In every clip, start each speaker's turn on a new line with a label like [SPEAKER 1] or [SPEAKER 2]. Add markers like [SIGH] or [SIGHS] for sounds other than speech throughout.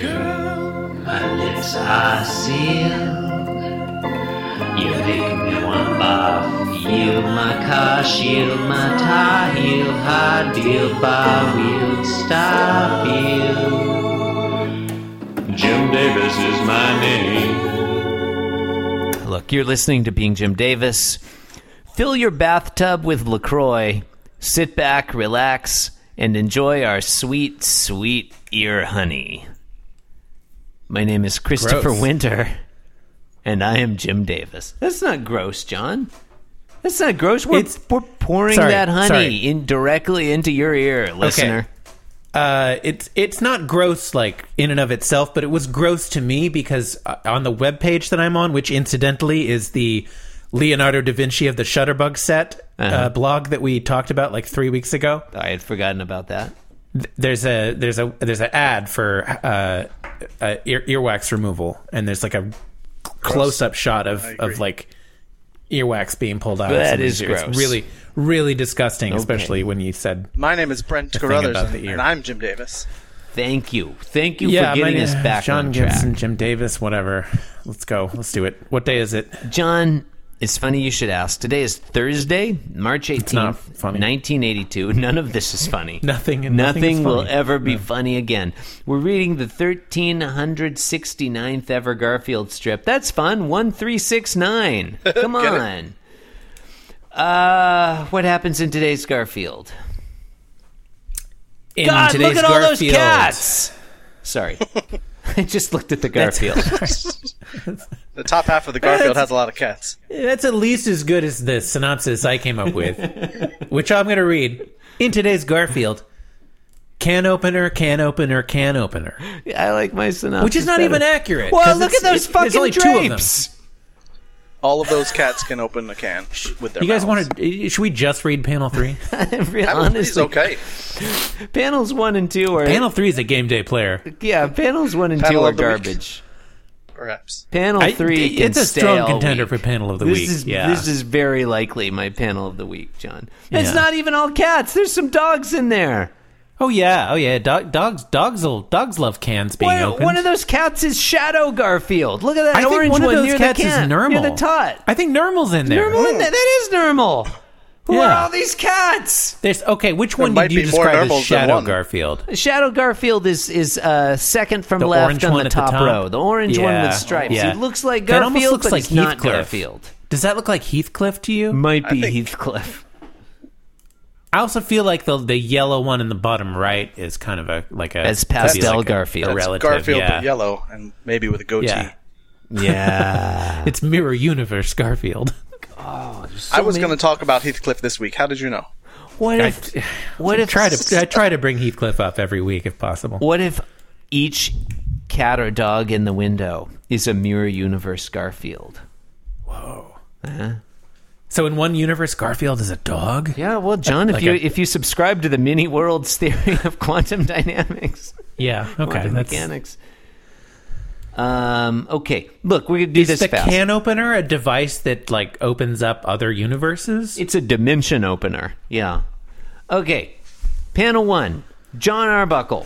[SPEAKER 1] Girl,
[SPEAKER 2] My lips are sealed. You make me want to barf. Yield my car, shield my tie, heel, hard deal, bar wheel, stop you. Jim Davis is my name.
[SPEAKER 3] Look, you're listening to Being Jim Davis. Fill your bathtub with LaCroix. Sit back, relax, and enjoy our sweet, sweet ear honey. My name is Christopher
[SPEAKER 1] Gross.
[SPEAKER 3] Winter, and I am Jim Davis. That's not gross, John. That's not gross. We're,
[SPEAKER 1] It's-
[SPEAKER 3] we're pouring
[SPEAKER 1] Sorry,
[SPEAKER 3] that honey
[SPEAKER 1] sorry.
[SPEAKER 3] in directly into your ear, listener.
[SPEAKER 1] uh, it's it's not gross like in and of itself, but it was gross to me because uh, on the web page that I'm on, which incidentally is the Leonardo da Vinci of the Shutterbug set uh
[SPEAKER 3] Uh-huh.
[SPEAKER 1] blog that we talked about like three weeks ago.
[SPEAKER 3] I had forgotten about that.
[SPEAKER 1] th- There's a there's a there's an ad for uh, uh, ear, earwax removal, and there's like a close up shot of of like earwax being pulled out. of
[SPEAKER 3] That
[SPEAKER 1] somebody's
[SPEAKER 3] is
[SPEAKER 1] ear. It's
[SPEAKER 3] gross.
[SPEAKER 1] really really disgusting, especially when you said
[SPEAKER 4] My name is Brent
[SPEAKER 1] thing
[SPEAKER 4] Carruthers,
[SPEAKER 1] about the
[SPEAKER 4] and,
[SPEAKER 1] ear.
[SPEAKER 4] and I'm Jim Davis.
[SPEAKER 3] Thank you. Thank you
[SPEAKER 1] yeah,
[SPEAKER 3] for
[SPEAKER 1] my
[SPEAKER 3] getting
[SPEAKER 1] name-
[SPEAKER 3] us back
[SPEAKER 1] John
[SPEAKER 3] on track.
[SPEAKER 1] Gibson, Jim Davis, whatever. Let's go. Let's do it. What day is it?
[SPEAKER 3] John, it's funny you should ask. Today is Thursday, March 18th,
[SPEAKER 1] not funny.
[SPEAKER 3] 1982. [LAUGHS] None of this is funny.
[SPEAKER 1] Nothing-
[SPEAKER 3] Nothing,
[SPEAKER 1] nothing is
[SPEAKER 3] will
[SPEAKER 1] funny.
[SPEAKER 3] ever be funny again. We're reading the 1369th ever Garfield strip. That's fun. 1369. Come
[SPEAKER 4] Get it?
[SPEAKER 3] on. Uh, what happens in today's Garfield?
[SPEAKER 1] In
[SPEAKER 3] God, look
[SPEAKER 1] today's
[SPEAKER 3] at all those
[SPEAKER 1] Garfield.
[SPEAKER 3] cats. Sorry. [LAUGHS] I just looked at the Garfield. [LAUGHS]
[SPEAKER 4] The top half of the Garfield has a lot of cats.
[SPEAKER 1] That's at least as good as the synopsis I came up [LAUGHS] with, which I'm going to read. In today's Garfield, can opener, can opener, can opener,
[SPEAKER 3] I like my synopsis.
[SPEAKER 1] which is not even
[SPEAKER 3] better.
[SPEAKER 1] accurate.
[SPEAKER 3] Well,
[SPEAKER 1] 'cause
[SPEAKER 3] look
[SPEAKER 1] it's-
[SPEAKER 3] at those
[SPEAKER 1] it- there's
[SPEAKER 3] fucking
[SPEAKER 1] only two of them.
[SPEAKER 3] drapes.
[SPEAKER 4] All of those cats can open a can with their.
[SPEAKER 1] You guys
[SPEAKER 4] mouths.
[SPEAKER 1] want to? Should we just read panel [LAUGHS] three?
[SPEAKER 3] [LAUGHS] Real-
[SPEAKER 4] That was
[SPEAKER 3] honestly,
[SPEAKER 4] pretty okay.
[SPEAKER 3] panels one and two are
[SPEAKER 1] panel three is a game day player.
[SPEAKER 3] yeah, panels one and
[SPEAKER 4] Panel
[SPEAKER 3] two are
[SPEAKER 4] of the week.
[SPEAKER 3] garbage.
[SPEAKER 4] Perhaps
[SPEAKER 3] Panel
[SPEAKER 1] I-
[SPEAKER 3] three,
[SPEAKER 1] it's
[SPEAKER 3] can
[SPEAKER 1] a
[SPEAKER 3] stay
[SPEAKER 1] strong
[SPEAKER 3] all
[SPEAKER 1] contender
[SPEAKER 3] week.
[SPEAKER 1] for panel of the
[SPEAKER 3] this
[SPEAKER 1] week.
[SPEAKER 3] Is,
[SPEAKER 1] yeah,
[SPEAKER 3] This is very likely my panel of the week, John. It's
[SPEAKER 1] Yeah.
[SPEAKER 3] not even all cats. There's some dogs in there.
[SPEAKER 1] Oh yeah, oh yeah. Dog, dogs, dogs, will, dogs love cans being
[SPEAKER 3] One,
[SPEAKER 1] opened.
[SPEAKER 3] one of those cats is Shadow Garfield. Look at that
[SPEAKER 1] I think
[SPEAKER 3] orange
[SPEAKER 1] one of
[SPEAKER 3] one
[SPEAKER 1] those
[SPEAKER 3] near
[SPEAKER 1] cats
[SPEAKER 3] the
[SPEAKER 1] is
[SPEAKER 3] cat,
[SPEAKER 1] normal.
[SPEAKER 3] near the tot.
[SPEAKER 1] I think Normal's in there.
[SPEAKER 4] Oh.
[SPEAKER 3] Normal in there. That is normal. Who are
[SPEAKER 1] Yeah.
[SPEAKER 3] all these cats?
[SPEAKER 1] There's okay. Which one
[SPEAKER 4] might
[SPEAKER 1] did you
[SPEAKER 4] be more
[SPEAKER 1] describe as
[SPEAKER 4] Normals than
[SPEAKER 1] Shadow
[SPEAKER 4] one.
[SPEAKER 1] Garfield?
[SPEAKER 3] Shadow Garfield is is uh, second from
[SPEAKER 1] The orange
[SPEAKER 3] left on
[SPEAKER 1] one
[SPEAKER 3] the
[SPEAKER 1] at the
[SPEAKER 3] top,
[SPEAKER 1] top?
[SPEAKER 3] row. The orange one
[SPEAKER 1] Yeah.
[SPEAKER 3] with stripes.
[SPEAKER 1] Yeah.
[SPEAKER 3] He looks like
[SPEAKER 1] That
[SPEAKER 3] Garfield,
[SPEAKER 1] almost looks
[SPEAKER 3] but
[SPEAKER 1] like
[SPEAKER 3] he's not
[SPEAKER 1] Heathcliff.
[SPEAKER 3] Garfield.
[SPEAKER 1] Does that look like Heathcliff to you?
[SPEAKER 3] Might be
[SPEAKER 4] I think-
[SPEAKER 1] [LAUGHS]
[SPEAKER 3] Heathcliff.
[SPEAKER 1] I also feel like the the yellow one in the bottom right is kind of a like a
[SPEAKER 3] As
[SPEAKER 1] could be
[SPEAKER 3] pastel
[SPEAKER 1] like a- a
[SPEAKER 3] Garfield. That's
[SPEAKER 1] relative,
[SPEAKER 4] Garfield,
[SPEAKER 1] yeah.
[SPEAKER 4] but yellow, and maybe with a goatee.
[SPEAKER 1] Yeah.
[SPEAKER 3] Yeah.
[SPEAKER 1] It's mirror universe Garfield.
[SPEAKER 4] I was going to talk about Heathcliff this week. How did you know?
[SPEAKER 3] [LAUGHS] what
[SPEAKER 1] I,
[SPEAKER 3] if
[SPEAKER 1] [SIGHS]
[SPEAKER 3] what if
[SPEAKER 1] try to I try to bring Heathcliff up every week if possible.
[SPEAKER 3] what if each cat or dog in the window is a mirror universe Garfield?
[SPEAKER 1] So in one universe, Garfield is a dog.
[SPEAKER 3] Yeah, well, John, if
[SPEAKER 1] Like
[SPEAKER 3] you
[SPEAKER 1] a-
[SPEAKER 3] if you subscribe to the mini worlds theory of quantum [LAUGHS] dynamics,
[SPEAKER 1] Yeah, okay.
[SPEAKER 3] quantum
[SPEAKER 1] That's,
[SPEAKER 3] mechanics. Um. Okay. Look, we're gonna do
[SPEAKER 1] is
[SPEAKER 3] this
[SPEAKER 1] the
[SPEAKER 3] fast.
[SPEAKER 1] can opener a device that like opens up other universes?
[SPEAKER 3] It's a dimension opener. Yeah. Okay. Panel one. John Arbuckle,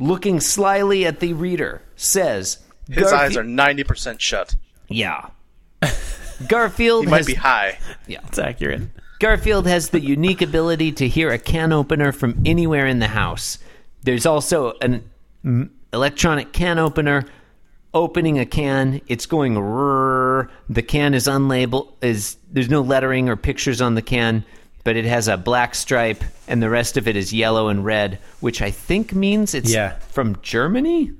[SPEAKER 3] looking slyly at the reader, says
[SPEAKER 4] His
[SPEAKER 3] "Garfi-
[SPEAKER 4] eyes are ninety percent shut.
[SPEAKER 3] Yeah. [LAUGHS] Garfield
[SPEAKER 4] He might
[SPEAKER 3] has,
[SPEAKER 4] be high.
[SPEAKER 1] It's accurate.
[SPEAKER 3] Garfield has the unique ability to hear a can opener from anywhere in the house. There's also an mm, electronic can opener opening a can. It's going rrrr. The can is unlabeled. Is there's no lettering or pictures on the can, but it has a black stripe, and the rest of it is yellow and red, which I think means it's
[SPEAKER 1] Yeah.
[SPEAKER 3] from
[SPEAKER 1] [LAUGHS]
[SPEAKER 3] Germany.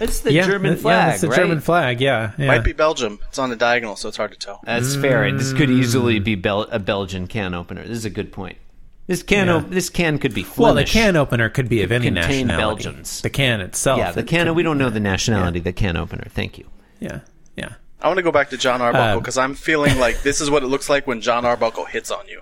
[SPEAKER 3] it's the
[SPEAKER 1] Yeah,
[SPEAKER 3] German
[SPEAKER 1] that-
[SPEAKER 3] flag,
[SPEAKER 1] Yeah, it's the
[SPEAKER 3] right?
[SPEAKER 1] German flag. Yeah, yeah.
[SPEAKER 4] Might be Belgium. It's on a diagonal, so it's hard to tell.
[SPEAKER 3] That's fair. This could easily
[SPEAKER 1] Mm.
[SPEAKER 3] be Bel- a Belgian can opener. This is a good point. This can
[SPEAKER 1] Yeah.
[SPEAKER 3] op- this can could be
[SPEAKER 1] Well,
[SPEAKER 3] Flemish.
[SPEAKER 1] the can opener could be of any
[SPEAKER 3] contain
[SPEAKER 1] nationality.
[SPEAKER 3] Belgians.
[SPEAKER 1] The can itself.
[SPEAKER 3] Yeah, the
[SPEAKER 1] it
[SPEAKER 3] can.
[SPEAKER 1] could-
[SPEAKER 3] We don't know the nationality. The can opener. Thank you.
[SPEAKER 1] Yeah, yeah.
[SPEAKER 4] I want to go back to John Arbuckle
[SPEAKER 1] Um,
[SPEAKER 4] because I'm feeling like this is what it looks like when John Arbuckle hits on you.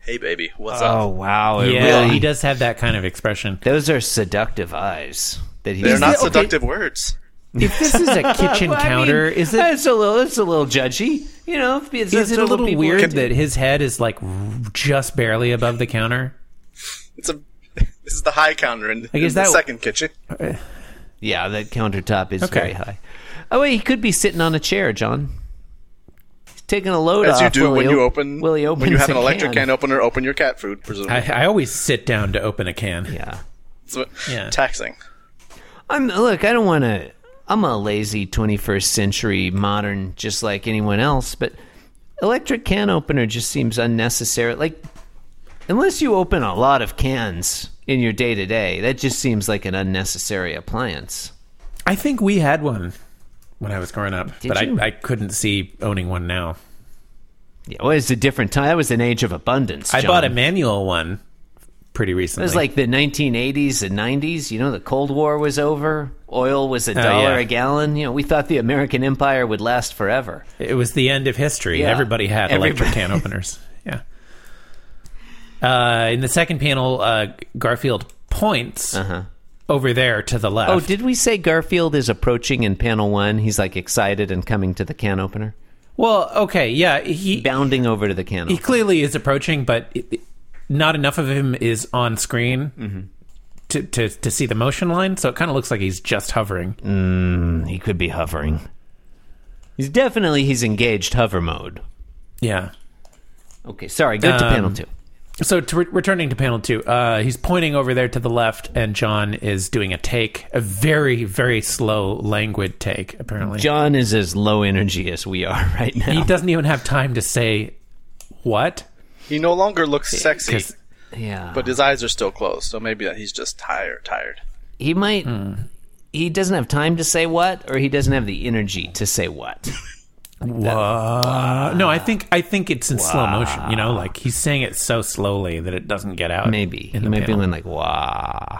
[SPEAKER 4] Hey, baby, what's
[SPEAKER 1] Oh,
[SPEAKER 4] up?
[SPEAKER 3] wow! it
[SPEAKER 1] Yeah,
[SPEAKER 3] really-
[SPEAKER 1] he does have that kind of expression.
[SPEAKER 3] Those are seductive eyes. That he's
[SPEAKER 4] They're not
[SPEAKER 1] okay.
[SPEAKER 4] seductive words.
[SPEAKER 1] If this
[SPEAKER 4] [LAUGHS]
[SPEAKER 1] is a kitchen
[SPEAKER 3] Well, I mean,
[SPEAKER 1] counter, is it
[SPEAKER 3] It's a little. It's a little judgy. You know, if it's,
[SPEAKER 1] is
[SPEAKER 3] that's
[SPEAKER 1] it a
[SPEAKER 3] what
[SPEAKER 1] little
[SPEAKER 3] people
[SPEAKER 1] weird
[SPEAKER 3] do.
[SPEAKER 1] that his head is like just barely above the counter?
[SPEAKER 4] It's a This is the high counter in,
[SPEAKER 1] I guess
[SPEAKER 4] in the
[SPEAKER 1] that-
[SPEAKER 4] second kitchen.
[SPEAKER 3] Yeah, that countertop is
[SPEAKER 1] Okay.
[SPEAKER 3] very high. Oh wait, he could be sitting on a chair, John. He's taking a load
[SPEAKER 4] As
[SPEAKER 1] Uh,
[SPEAKER 3] off.
[SPEAKER 4] you do
[SPEAKER 3] while he
[SPEAKER 4] when you
[SPEAKER 3] op-
[SPEAKER 4] open,
[SPEAKER 3] while he
[SPEAKER 4] when you
[SPEAKER 3] opens
[SPEAKER 4] have
[SPEAKER 3] a
[SPEAKER 4] an electric can. opener, open your cat food. Presumably,
[SPEAKER 1] I, I always sit down to open a can.
[SPEAKER 3] Yeah.
[SPEAKER 4] It's what-
[SPEAKER 1] Yeah.
[SPEAKER 4] taxing.
[SPEAKER 3] I'm look. I don't want to. I'm a lazy 21st century modern, just like anyone else. But electric can opener just seems unnecessary. Like, unless you open a lot of cans in your day to day, that just seems like an unnecessary appliance.
[SPEAKER 1] I think we had one when I was growing up, but
[SPEAKER 3] you?
[SPEAKER 1] I, I couldn't see owning one now.
[SPEAKER 3] Yeah, well, it's a different time. That was an age of abundance.
[SPEAKER 1] I bought a
[SPEAKER 3] John.
[SPEAKER 1] manual one pretty recently.
[SPEAKER 3] It was like the 1980s and 90s. You know, the Cold War was over. Oil was a dollar
[SPEAKER 1] Oh, yeah.
[SPEAKER 3] a gallon. You know, we thought the American empire would last forever.
[SPEAKER 1] It was the end of history.
[SPEAKER 3] Yeah.
[SPEAKER 1] Everybody had electric
[SPEAKER 3] Everybody. [LAUGHS]
[SPEAKER 1] can openers. Yeah. Uh, in the second panel, uh, Garfield points over there to the left.
[SPEAKER 3] Uh-huh. Oh, did we say Garfield is approaching in panel one? He's like excited and coming to the can opener,
[SPEAKER 1] well, okay, yeah. He
[SPEAKER 3] bounding over to the can
[SPEAKER 1] he
[SPEAKER 3] opener.
[SPEAKER 1] clearly is approaching, but it, it- not enough of him is on screen
[SPEAKER 3] Mm-hmm.
[SPEAKER 1] to, to to see the motion line. So it kind of looks like he's just hovering.
[SPEAKER 3] Mm. He could be hovering. He's definitely he's engaged hover mode.
[SPEAKER 1] Yeah.
[SPEAKER 3] Okay, sorry. Go to
[SPEAKER 1] Um,
[SPEAKER 3] panel two.
[SPEAKER 1] So to re- returning to panel two, uh, he's pointing over there to the left, and John is doing a take, a very very slow, languid take. Apparently,
[SPEAKER 3] John is as low energy as we are [LAUGHS] right
[SPEAKER 1] He
[SPEAKER 3] now.
[SPEAKER 1] doesn't even have time to say what.
[SPEAKER 4] He no longer looks sexy,
[SPEAKER 1] 'cause-
[SPEAKER 3] yeah,
[SPEAKER 4] but his eyes are still closed. So maybe that he's just tired. Tired.
[SPEAKER 3] he might. He doesn't have time to say what, or he doesn't have the energy to say what.
[SPEAKER 1] Uh, no, I think I think it's in slow motion. You know, like he's saying it so slowly that it doesn't get out.
[SPEAKER 3] Maybe he
[SPEAKER 1] in the
[SPEAKER 3] might
[SPEAKER 1] panel.
[SPEAKER 3] be going like wah.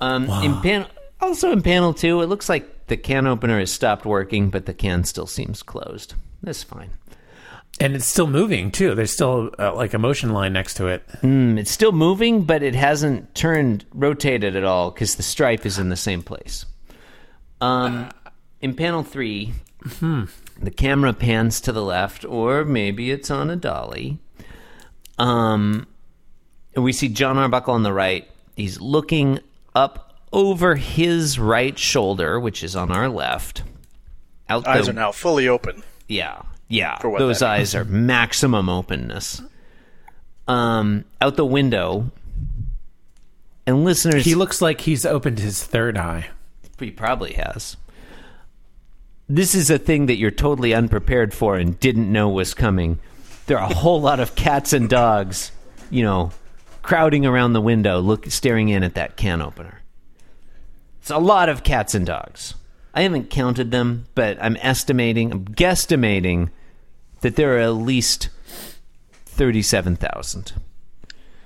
[SPEAKER 3] Um, in panel also in panel two, it looks like the can opener has stopped working, but the can still seems closed. That's fine.
[SPEAKER 1] and it's still moving too. There's still uh, like a motion line next to it.
[SPEAKER 3] Mm, It's still moving, but it hasn't turned rotated at all because the stripe is in the same place. Um, in panel three,
[SPEAKER 4] Hmm.
[SPEAKER 3] the camera pans to the left, or maybe it's on a dolly. Um, and we see John Arbuckle on the right. He's looking up over his right shoulder, which is on our left. Out
[SPEAKER 4] Eyes
[SPEAKER 3] the,
[SPEAKER 4] are now fully open.
[SPEAKER 3] yeah, yeah.
[SPEAKER 4] what
[SPEAKER 3] Those
[SPEAKER 4] that
[SPEAKER 3] eyes are maximum openness. Um, out the window, and listeners,
[SPEAKER 1] He looks like he's opened his third eye.
[SPEAKER 3] he probably has. This is a thing that you're totally unprepared for and didn't know was coming. There are a whole lot of cats and dogs, you know, crowding around the window, look, staring in at that can opener. It's a lot of cats and dogs. I haven't counted them, but I'm estimating, I'm guesstimating that there are at least 37,000.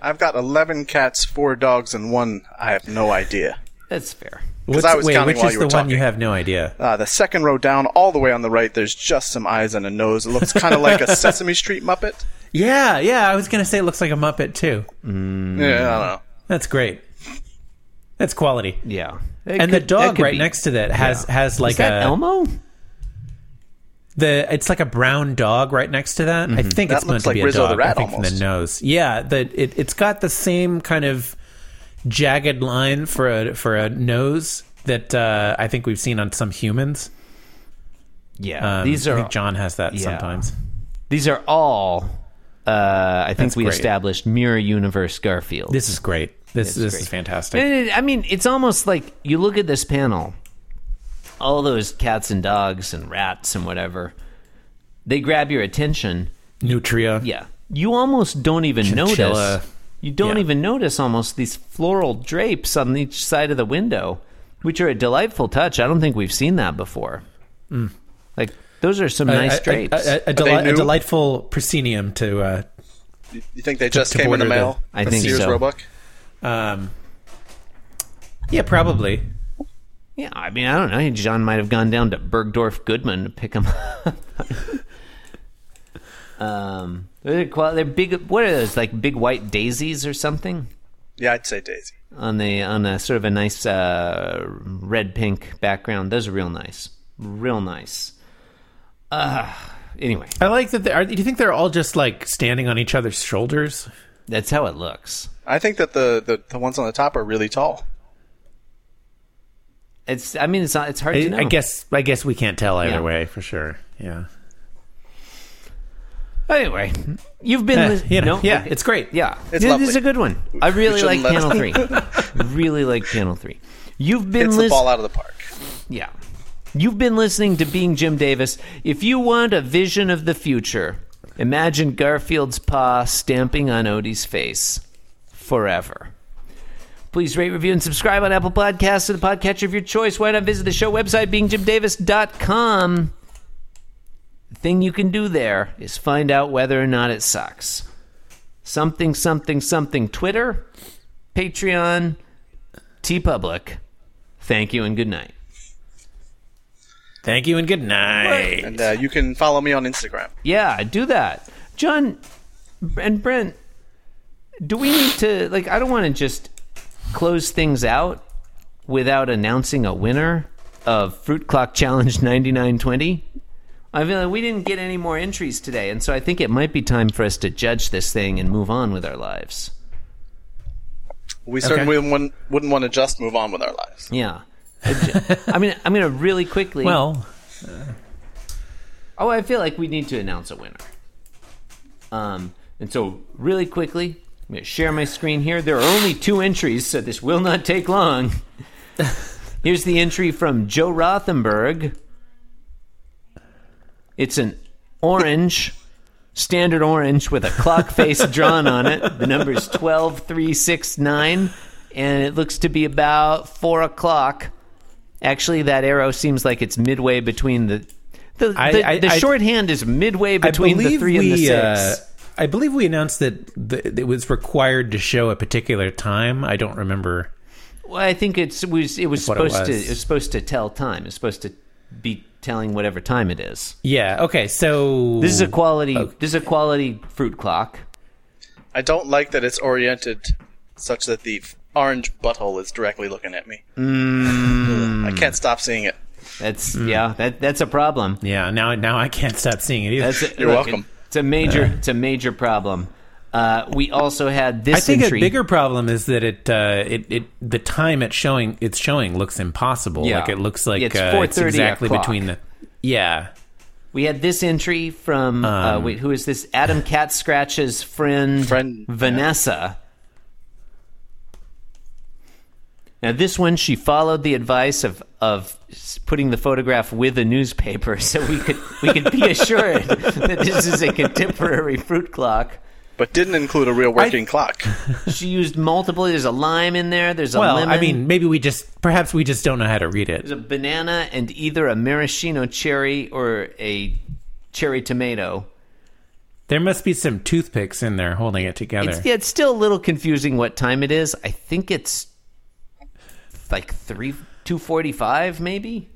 [SPEAKER 4] I've got eleven cats, four dogs, and one. I have no idea.
[SPEAKER 3] That's fair.
[SPEAKER 1] What's,
[SPEAKER 4] I was
[SPEAKER 1] wait,
[SPEAKER 4] counting
[SPEAKER 1] which
[SPEAKER 4] while
[SPEAKER 1] is
[SPEAKER 4] you
[SPEAKER 1] the
[SPEAKER 4] were
[SPEAKER 1] one you
[SPEAKER 4] talking.
[SPEAKER 1] have no idea?
[SPEAKER 4] Uh, the second row down, all the way on the right, there's just some eyes and a nose. It looks kind of
[SPEAKER 1] [LAUGHS]
[SPEAKER 4] like a Sesame Street Muppet.
[SPEAKER 1] Yeah, yeah. I was gonna say it looks like a Muppet too. Hmm.
[SPEAKER 4] Yeah, I don't know.
[SPEAKER 1] That's great. That's quality.
[SPEAKER 3] Yeah.
[SPEAKER 1] And the dog right next to that has has like
[SPEAKER 3] Is that
[SPEAKER 1] a
[SPEAKER 3] Elmo?
[SPEAKER 1] The it's like a brown dog right next to that. I think
[SPEAKER 4] Mm-hmm. That
[SPEAKER 1] it's meant
[SPEAKER 4] looks
[SPEAKER 1] to
[SPEAKER 4] like
[SPEAKER 1] be a
[SPEAKER 4] Rizzo the
[SPEAKER 1] dog. I
[SPEAKER 4] Rat
[SPEAKER 1] think from
[SPEAKER 4] almost.
[SPEAKER 1] the nose. Yeah, the it, it's got the same kind of jagged line for a for a nose that uh, I think we've seen on some humans.
[SPEAKER 3] Yeah,
[SPEAKER 1] Um,
[SPEAKER 3] these
[SPEAKER 1] I
[SPEAKER 3] are
[SPEAKER 1] think John has that sometimes.
[SPEAKER 3] these are all. Uh, I think
[SPEAKER 1] That's
[SPEAKER 3] we
[SPEAKER 1] great.
[SPEAKER 3] established mirror universe Garfield.
[SPEAKER 1] This is great. This this
[SPEAKER 3] great.
[SPEAKER 1] is fantastic.
[SPEAKER 4] Eh.
[SPEAKER 3] And it- I mean, it's almost like you look at this panel, all those cats and dogs and rats and whatever. They grab your attention.
[SPEAKER 1] Nutria.
[SPEAKER 3] Yeah, you almost don't even
[SPEAKER 1] Chinchilla.
[SPEAKER 3] notice. You don't
[SPEAKER 1] Yeah.
[SPEAKER 3] even notice almost these floral drapes on each side of the window, which are a delightful touch. I don't think we've seen that before.
[SPEAKER 1] Mm.
[SPEAKER 3] Like those are some
[SPEAKER 1] A-
[SPEAKER 3] nice
[SPEAKER 1] a,
[SPEAKER 3] drapes.
[SPEAKER 1] A, a, a, deli-
[SPEAKER 4] new?
[SPEAKER 1] a delightful proscenium to uh,
[SPEAKER 4] You think they just
[SPEAKER 1] to
[SPEAKER 4] came in the
[SPEAKER 1] border
[SPEAKER 4] mail?
[SPEAKER 3] the- I
[SPEAKER 4] The
[SPEAKER 3] think
[SPEAKER 4] Sears
[SPEAKER 3] so.
[SPEAKER 4] Roebuck?
[SPEAKER 1] um, yeah, probably.
[SPEAKER 3] Yeah, I mean, I don't know. John might have gone down to Bergdorf Goodman to pick him up. [LAUGHS] um, they're, qual- they're big. What are those? Like big white daisies or something
[SPEAKER 4] Yeah, I'd say Daisy.
[SPEAKER 3] on the on a sort of a nice uh, red pink background. Those are real nice, real nice. Uh, anyway,
[SPEAKER 1] I like that. They are, do you think they're all just like standing on each other's shoulders?
[SPEAKER 3] That's how it looks.
[SPEAKER 4] I think that the, the, the ones on the top are really tall.
[SPEAKER 3] It's. I mean, it's not. It's hard to
[SPEAKER 1] I,
[SPEAKER 3] know.
[SPEAKER 1] I guess I guess we can't tell either
[SPEAKER 3] Yeah.
[SPEAKER 1] way for sure. Yeah.
[SPEAKER 3] Anyway, you've been.
[SPEAKER 1] Eh,
[SPEAKER 3] lis-
[SPEAKER 1] you know,
[SPEAKER 3] no,
[SPEAKER 1] [LAUGHS] yeah,
[SPEAKER 3] okay.
[SPEAKER 1] it's great.
[SPEAKER 3] Yeah,
[SPEAKER 4] It's
[SPEAKER 3] Yeah,
[SPEAKER 4] lovely.
[SPEAKER 3] this is a good one. I really like
[SPEAKER 4] shouldn't let
[SPEAKER 3] Panel Three.
[SPEAKER 4] [LAUGHS]
[SPEAKER 3] really like Panel Three. You've been
[SPEAKER 4] Hits the
[SPEAKER 3] lis-
[SPEAKER 4] ball out of the park.
[SPEAKER 3] yeah. You've been listening to Being Jim Davis. If you want a vision of the future, imagine Garfield's paw stamping on Odie's face forever. Please rate, review, and subscribe on Apple Podcasts or the podcatcher of your choice. Why not visit the show website, beingjimdavis.com? The thing you can do there is find out whether or not it sucks. Something, something, something. Twitter, Patreon, T Public. Thank you and good night.
[SPEAKER 1] Thank you and good night.
[SPEAKER 4] And uh, you can follow me on Instagram.
[SPEAKER 3] Yeah, do that. John and Brent, do we need to, like, I don't want to just close things out without announcing a winner of Fruit Clock Challenge 9920. I feel like we didn't get any more entries today, and so I think it might be time for us to judge this thing and move on with our lives.
[SPEAKER 4] We certainly wouldn't, wouldn't want to just move on with our lives.
[SPEAKER 3] Yeah. I mean, I'm going to really quickly.
[SPEAKER 1] Well,
[SPEAKER 3] Oh, I feel like we need to announce a winner. Um, and so really quickly, I'm going to share my screen here. There are only two entries, so this will not take
[SPEAKER 1] [LAUGHS]
[SPEAKER 3] long. Here's the entry from Joe Rothenberg. It's an orange, standard orange with a clock face
[SPEAKER 1] [LAUGHS]
[SPEAKER 3] drawn on it. The number is 12369, and it looks to be about 4 o'clock. Actually, that arrow seems like it's midway between the. The,
[SPEAKER 1] I-
[SPEAKER 3] the,
[SPEAKER 1] I-
[SPEAKER 3] the
[SPEAKER 1] I-
[SPEAKER 3] shorthand is midway
[SPEAKER 1] I
[SPEAKER 3] between the
[SPEAKER 1] believe
[SPEAKER 3] three
[SPEAKER 1] we
[SPEAKER 3] and the six.
[SPEAKER 1] uh, I believe we announced that the, it was required to show a particular time. I don't remember.
[SPEAKER 3] Well, I think it's it was it was
[SPEAKER 1] What it
[SPEAKER 3] supposed to
[SPEAKER 1] was.
[SPEAKER 3] it was supposed to tell time. It's supposed to be telling whatever time it is.
[SPEAKER 1] Yeah. Okay. So
[SPEAKER 3] This is a quality.
[SPEAKER 1] Oh.
[SPEAKER 3] This is a quality fruit clock.
[SPEAKER 4] I don't like that it's oriented such that the f- orange butthole is directly looking at me.
[SPEAKER 1] Hmm.
[SPEAKER 4] I can't stop seeing it.
[SPEAKER 3] That's yeah. That that's a problem.
[SPEAKER 1] Mm. yeah. Now now I can't stop seeing it either.
[SPEAKER 3] That's a,
[SPEAKER 4] You're welcome.
[SPEAKER 3] It's a major. It's a major problem. Uh, we also had this
[SPEAKER 1] I think
[SPEAKER 3] entry.
[SPEAKER 1] a bigger problem is that it uh, it it the time it's showing it's showing looks impossible.
[SPEAKER 3] Yeah.
[SPEAKER 1] Like it looks like
[SPEAKER 3] It's
[SPEAKER 1] uh,
[SPEAKER 3] 4:30
[SPEAKER 1] exactly
[SPEAKER 3] o'clock.
[SPEAKER 1] between the yeah.
[SPEAKER 3] we had this entry from uh,
[SPEAKER 1] Um,
[SPEAKER 3] wait, who is this?
[SPEAKER 1] [LAUGHS]
[SPEAKER 3] Adam Cat Scratch's friend,
[SPEAKER 4] Friend,
[SPEAKER 3] Vanessa. Now this one, she followed the advice of of s- putting the photograph with a newspaper, [LAUGHS] so we could we could be assured [LAUGHS] that this is a contemporary fruit clock.
[SPEAKER 4] But didn't include a real working clock.
[SPEAKER 3] She used multiple. There's a lime in there. There's a
[SPEAKER 1] Well,
[SPEAKER 3] lemon.
[SPEAKER 1] I mean, maybe we just perhaps we just don't know how to read it.
[SPEAKER 3] there's a banana and either a maraschino cherry or a cherry tomato.
[SPEAKER 1] There must be some toothpicks in there holding it together.
[SPEAKER 3] It's, yeah, it's still a little confusing what time it is. I think it's like three two forty five, maybe.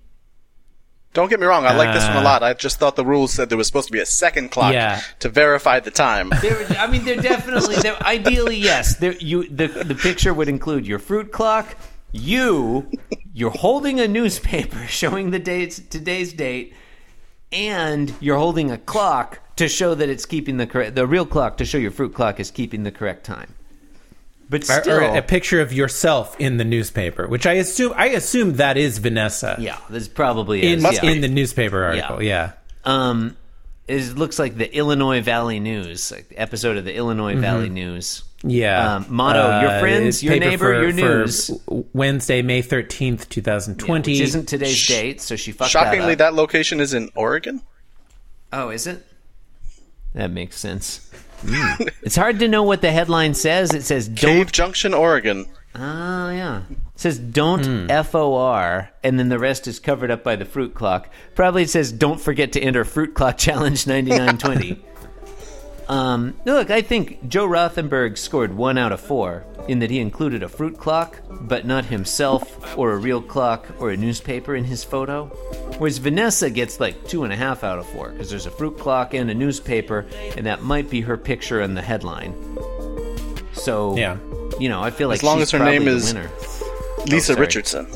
[SPEAKER 4] Don't get me wrong, I like this one a
[SPEAKER 1] Uh.
[SPEAKER 4] lot. I just thought the rules said there was supposed to be a second clock
[SPEAKER 1] Yeah.
[SPEAKER 4] to verify
[SPEAKER 1] [LAUGHS]
[SPEAKER 4] the time.
[SPEAKER 3] There, I mean, they're definitely. They're, ideally, yes. There, you the the picture would include your fruit clock. You, you're holding a newspaper [LAUGHS] showing the dates today's date, and you're holding a clock to show that it's keeping the correct the real clock to show your fruit clock is keeping the correct time. But
[SPEAKER 1] Or-
[SPEAKER 3] still,
[SPEAKER 1] or a picture of yourself in the newspaper, which I assume I assume that is Vanessa.
[SPEAKER 3] yeah, this probably
[SPEAKER 1] In,
[SPEAKER 3] is yeah.
[SPEAKER 1] in the newspaper article, yeah.
[SPEAKER 3] um, is looks like the Illinois Valley News, like the episode of the Illinois Valley News.
[SPEAKER 1] Yeah. Uh,
[SPEAKER 3] Um, motto, your friends,
[SPEAKER 1] it's
[SPEAKER 3] your
[SPEAKER 1] paper
[SPEAKER 3] neighbor,
[SPEAKER 1] for-
[SPEAKER 3] your
[SPEAKER 1] for
[SPEAKER 3] news.
[SPEAKER 1] w- Wednesday, May 13th, 2020.
[SPEAKER 3] Which isn't today's date, so she fucked
[SPEAKER 4] Shockingly,
[SPEAKER 3] that
[SPEAKER 4] that location is in Oregon.
[SPEAKER 3] up. Oh, is it? That makes sense.
[SPEAKER 1] Hmm.
[SPEAKER 3] it's hard to know what the headline says. It says don't.
[SPEAKER 4] [LAUGHS] Cave Junction, Oregon.
[SPEAKER 3] Oh yeah. It says don't FOR, and then the rest is covered up by the fruit clock. Probably it says don't forget to enter fruit clock [LAUGHS] challenge ninety nine twenty. Um, look, I think Joe Rothenberg scored one out of four in that he included a fruit clock, but not himself or a real clock or a newspaper in his photo. Whereas Vanessa gets like two and a half out of four because there's a fruit clock and a newspaper, and that might be her picture in the headline. So
[SPEAKER 1] Yeah.
[SPEAKER 3] you know, I feel like
[SPEAKER 4] As long
[SPEAKER 3] she's
[SPEAKER 4] as her
[SPEAKER 3] probably
[SPEAKER 4] name
[SPEAKER 3] the
[SPEAKER 4] is-
[SPEAKER 3] winner.
[SPEAKER 4] Lisa
[SPEAKER 3] sorry.
[SPEAKER 4] Richardson.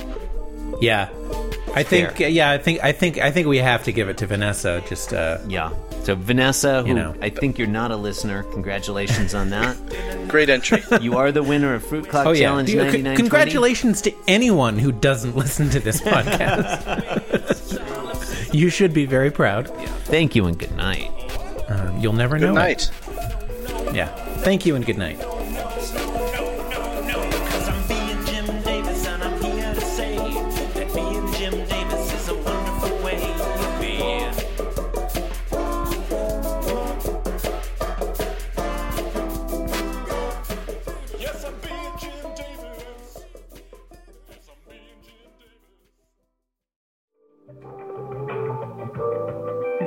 [SPEAKER 1] Yeah. I think
[SPEAKER 3] Fair.
[SPEAKER 1] yeah, I think I think I think we have to give it to Vanessa. Just uh,
[SPEAKER 3] Yeah. So Vanessa, who
[SPEAKER 1] know.
[SPEAKER 3] I think you're not a listener, congratulations on that.
[SPEAKER 1] [LAUGHS]
[SPEAKER 4] Great entry.
[SPEAKER 3] you are the winner of Fruit Clock
[SPEAKER 1] oh yeah,
[SPEAKER 3] Challenge
[SPEAKER 1] You- c-
[SPEAKER 3] 99.
[SPEAKER 1] congratulations to anyone who doesn't [LAUGHS] listen to this podcast. you should be very proud.
[SPEAKER 3] Thank you and good night.
[SPEAKER 1] Um, you'll never
[SPEAKER 4] Good
[SPEAKER 1] know. it.
[SPEAKER 4] night.
[SPEAKER 1] Yeah. Thank you and good night.
[SPEAKER 5] Cause I'm being Jim Davis and I'm here to say that being Jim Davis is a wonderful way to be. Yes, I'm being Jim Davis. Yes, I'm being Jim Davis.